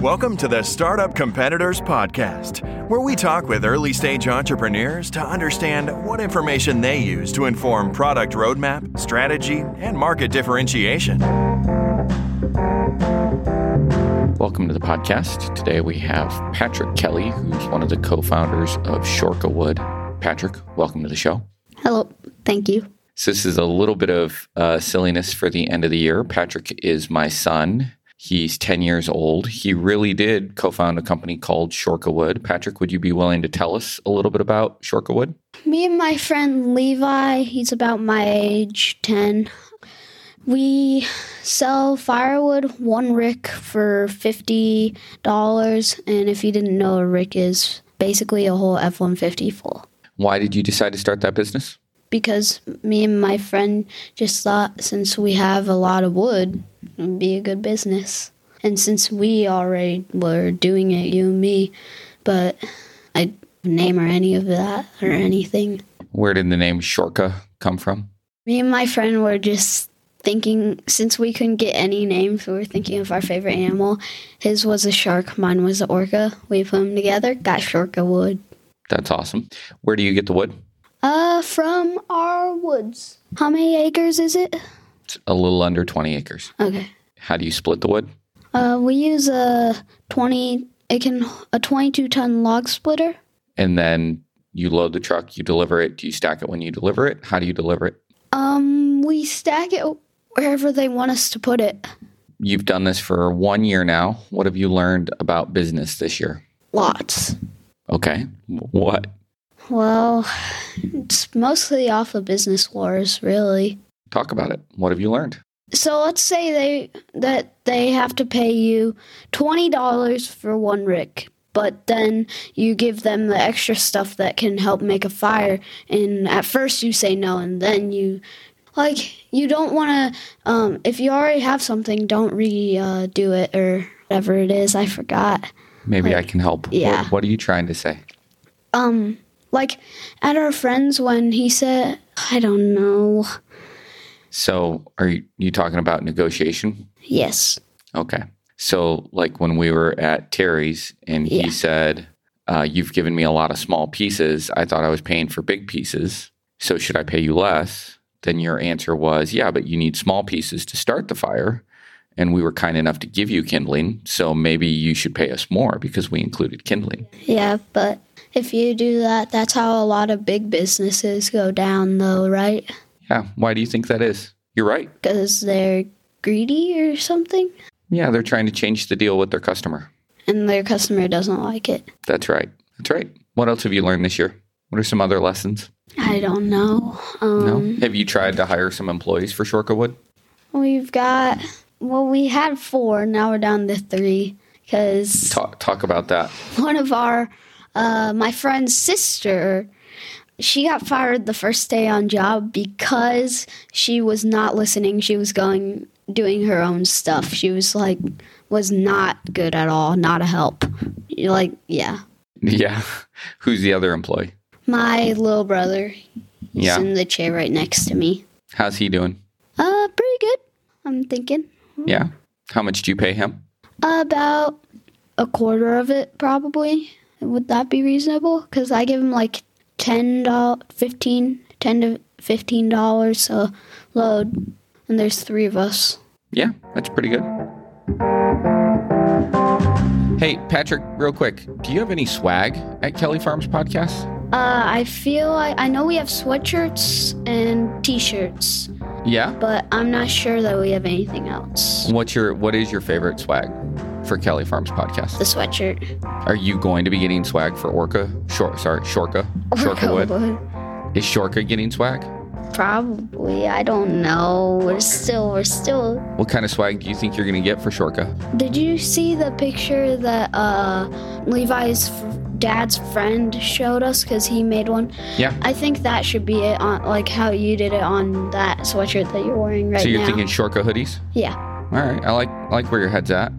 Welcome to the Startup Competitors Podcast, where we talk with early stage entrepreneurs to understand what information they use to inform product roadmap, strategy, and market differentiation. Welcome to the podcast. Today we have Patrick Kelly, who's one of the co founders of Shorka Wood. Patrick, welcome to the show. Hello. Thank you. So, this is a little bit of uh, silliness for the end of the year. Patrick is my son. He's 10 years old. He really did co found a company called Shorka Wood. Patrick, would you be willing to tell us a little bit about Shorka Wood? Me and my friend Levi, he's about my age, 10. We sell firewood one rick for $50. And if you didn't know, a rick is basically a whole F 150 full. Why did you decide to start that business? Because me and my friend just thought since we have a lot of wood, it would be a good business. And since we already were doing it, you and me, but I name or any of that or anything. Where did the name Shorka come from? Me and my friend were just thinking since we couldn't get any names, we were thinking of our favorite animal. His was a shark, mine was an orca. We put them together, got shorka wood. That's awesome. Where do you get the wood? Uh, from our woods. How many acres is it? It's a little under 20 acres. Okay. How do you split the wood? Uh, we use a twenty. It can a twenty-two ton log splitter. And then you load the truck, you deliver it. Do you stack it when you deliver it? How do you deliver it? Um, we stack it wherever they want us to put it. You've done this for one year now. What have you learned about business this year? Lots. Okay. What? Well, it's mostly off of business wars, really. Talk about it. What have you learned? So let's say they that they have to pay you twenty dollars for one rick, but then you give them the extra stuff that can help make a fire. And at first you say no, and then you like you don't want to. Um, if you already have something, don't redo uh, do it or whatever it is. I forgot. Maybe I can help. yeah. What, what are you trying to say? um like at our friends when he said i don't know So, are you, you talking about negotiation? yes Okay. So, like when we were at Terry's and he Yeah. said, uh, You've given me a lot of small pieces. I thought I was paying for big pieces. So, should I pay you less? Then your answer was, Yeah, but you need small pieces to start the fire. And we were kind enough to give you kindling. So, maybe you should pay us more because we included kindling. yeah but if you do that that's how a lot of big businesses go down though right Yeah. Why do you think that is? You're right. because they're greedy or something Yeah. They're trying to change the deal with their customer. and their customer doesn't like it That's right. That's right. What else have you learned this year? What are some other lessons? i don't know No. um Have you tried to hire some employees for Shorka Wood? we've got well we had four now we're down to three because Talk talk about that. one of our uh, my friend's sister she got fired the first day on job because she was not listening she was going doing her own stuff she was like was not good at all not a help like yeah Yeah. Who's the other employee? my little brother he's Yeah. in the chair right next to me How's he doing? uh pretty good i'm thinking Yeah. How much do you pay him? about a quarter of it probably would that be reasonable because i give him like 10 dollars 15 10 to 15 dollars a load and there's three of us Yeah, that's pretty good. Hey, Patrick, real quick, do you have any swag at Kelly Farms Podcast? uh, i feel like i know we have sweatshirts and t-shirts Yeah. but i'm not sure that we have anything else What's your what is your favorite swag for Kelly Farms Podcast? the sweatshirt Are you going to be getting swag for Orca? Short sorry, Shorka. Shorka Wood. Is Shorka getting swag? probably i don't know we're still we're still What kind of swag do you think you're going to get for Shorka? Did you see the picture that uh, Levi's f- dad's friend showed us? Because he made one. Yeah. I think that should be it on like how you did it on that sweatshirt that you're wearing right so you're now. thinking Shorka hoodies? yeah. All right, I like I like where your head's at.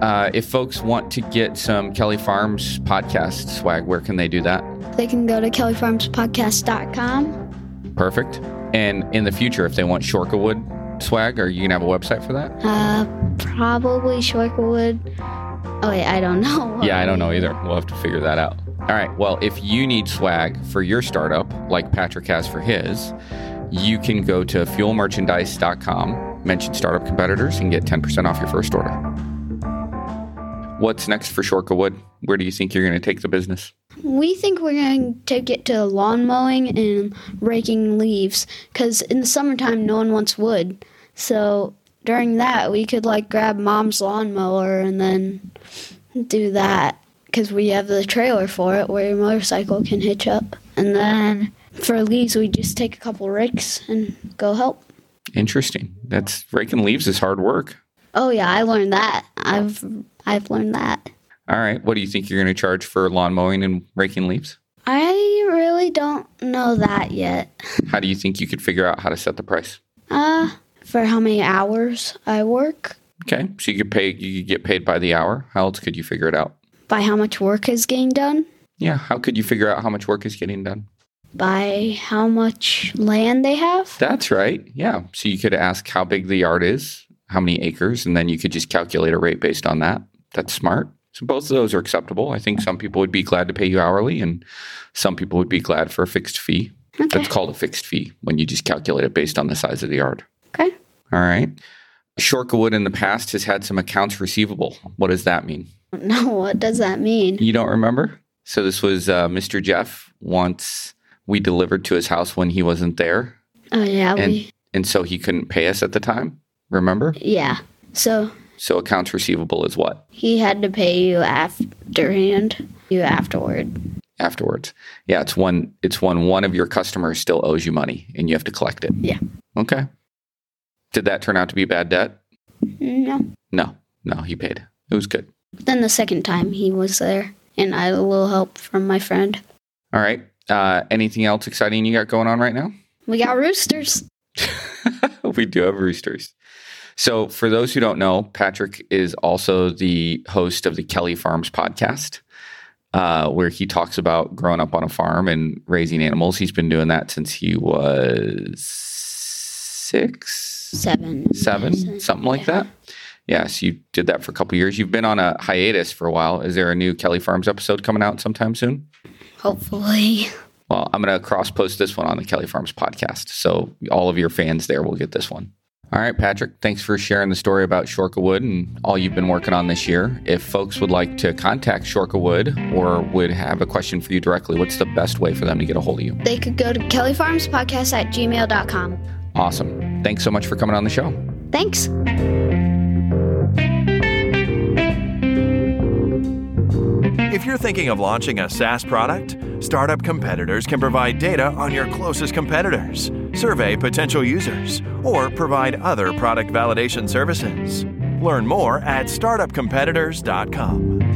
Uh, if folks want to get some Kelly Farms podcast swag, where can they do that? They can go to kellyfarmspodcast.com. Perfect. And in the future, if they want Shorka wood web swag? Are you gonna have a website for that? Uh, probably Shorkwood. Oh wait, I don't know. Yeah, I don't know either. We'll have to figure that out. All right. Well, if you need swag for your startup, like Patrick has for his, you can go to fuelmerchandise.com, mention startup competitors, and get 10% off your first order. What's next for Shorka Wood? Where do you think you're going to take the business? We think we're going to get to lawn mowing and raking leaves because in the summertime, no one wants wood. So during that, we could like grab mom's lawnmower and then do that because we have the trailer for it where your motorcycle can hitch up. And then for leaves, we just take a couple rakes and go help. Interesting. That's raking leaves is hard work. Oh yeah, I learned that. I've I've learned that. All right. What do you think you're going to charge for lawn mowing and raking leaves? I really don't know that yet. How do you think you could figure out how to set the price? Uh, for how many hours I work, Okay. So you could pay you could get paid by the hour. How else could you figure it out? by how much work is getting done, Yeah, how could you figure out how much work is getting done? by how much land they have. That's right. Yeah. So you could ask how big the yard is, how many acres, and then you could just calculate a rate based on that. That's smart. So both of those are acceptable. I think some people would be glad to pay you hourly and some people would be glad for a fixed fee. Okay. That's called a fixed fee when you just calculate it based on the size of the yard. Okay. All right. Shorkawood in the past has had some accounts receivable. What does that mean? No, what does that mean? You don't remember? So this was uh, Mr. Jeff once we delivered to his house when he wasn't there, Oh yeah, and we and so he couldn't pay us at the time. Remember? yeah. So So accounts receivable is what he had to pay you afterhand, you afterward. afterwards. Yeah, it's when it's when one of your customers still owes you money and you have to collect it. Yeah. Okay. Did that turn out to be bad debt? No. No, no, he paid. It was good. Then the second time he was there, and I had a little help from my friend. All right. Uh, anything else exciting you got going on right now? We got roosters. we do have roosters. So, for those who don't know, Patrick is also the host of the Kelly Farms podcast, uh, where he talks about growing up on a farm and raising animals. He's been doing that since he was six, Seven. seven, something like that. Yes, you did that for a couple years. You've been on a hiatus for a while. Is there a new Kelly Farms episode coming out sometime soon? Hopefully. Well, I'm going to cross post this one on the Kelly Farms podcast. So all of your fans there will get this one. All right, Patrick, thanks for sharing the story about Shorka Wood and all you've been working on this year. If folks would like to contact Shorka Wood or would have a question for you directly, what's the best way for them to get a hold of you? They could go to kellyfarmspodcast at gmail.com. Awesome. Thanks so much for coming on the show. Thanks. If you're thinking of launching a SaaS product, startup competitors can provide data on your closest competitors, survey potential users, or provide other product validation services. Learn more at startupcompetitors.com.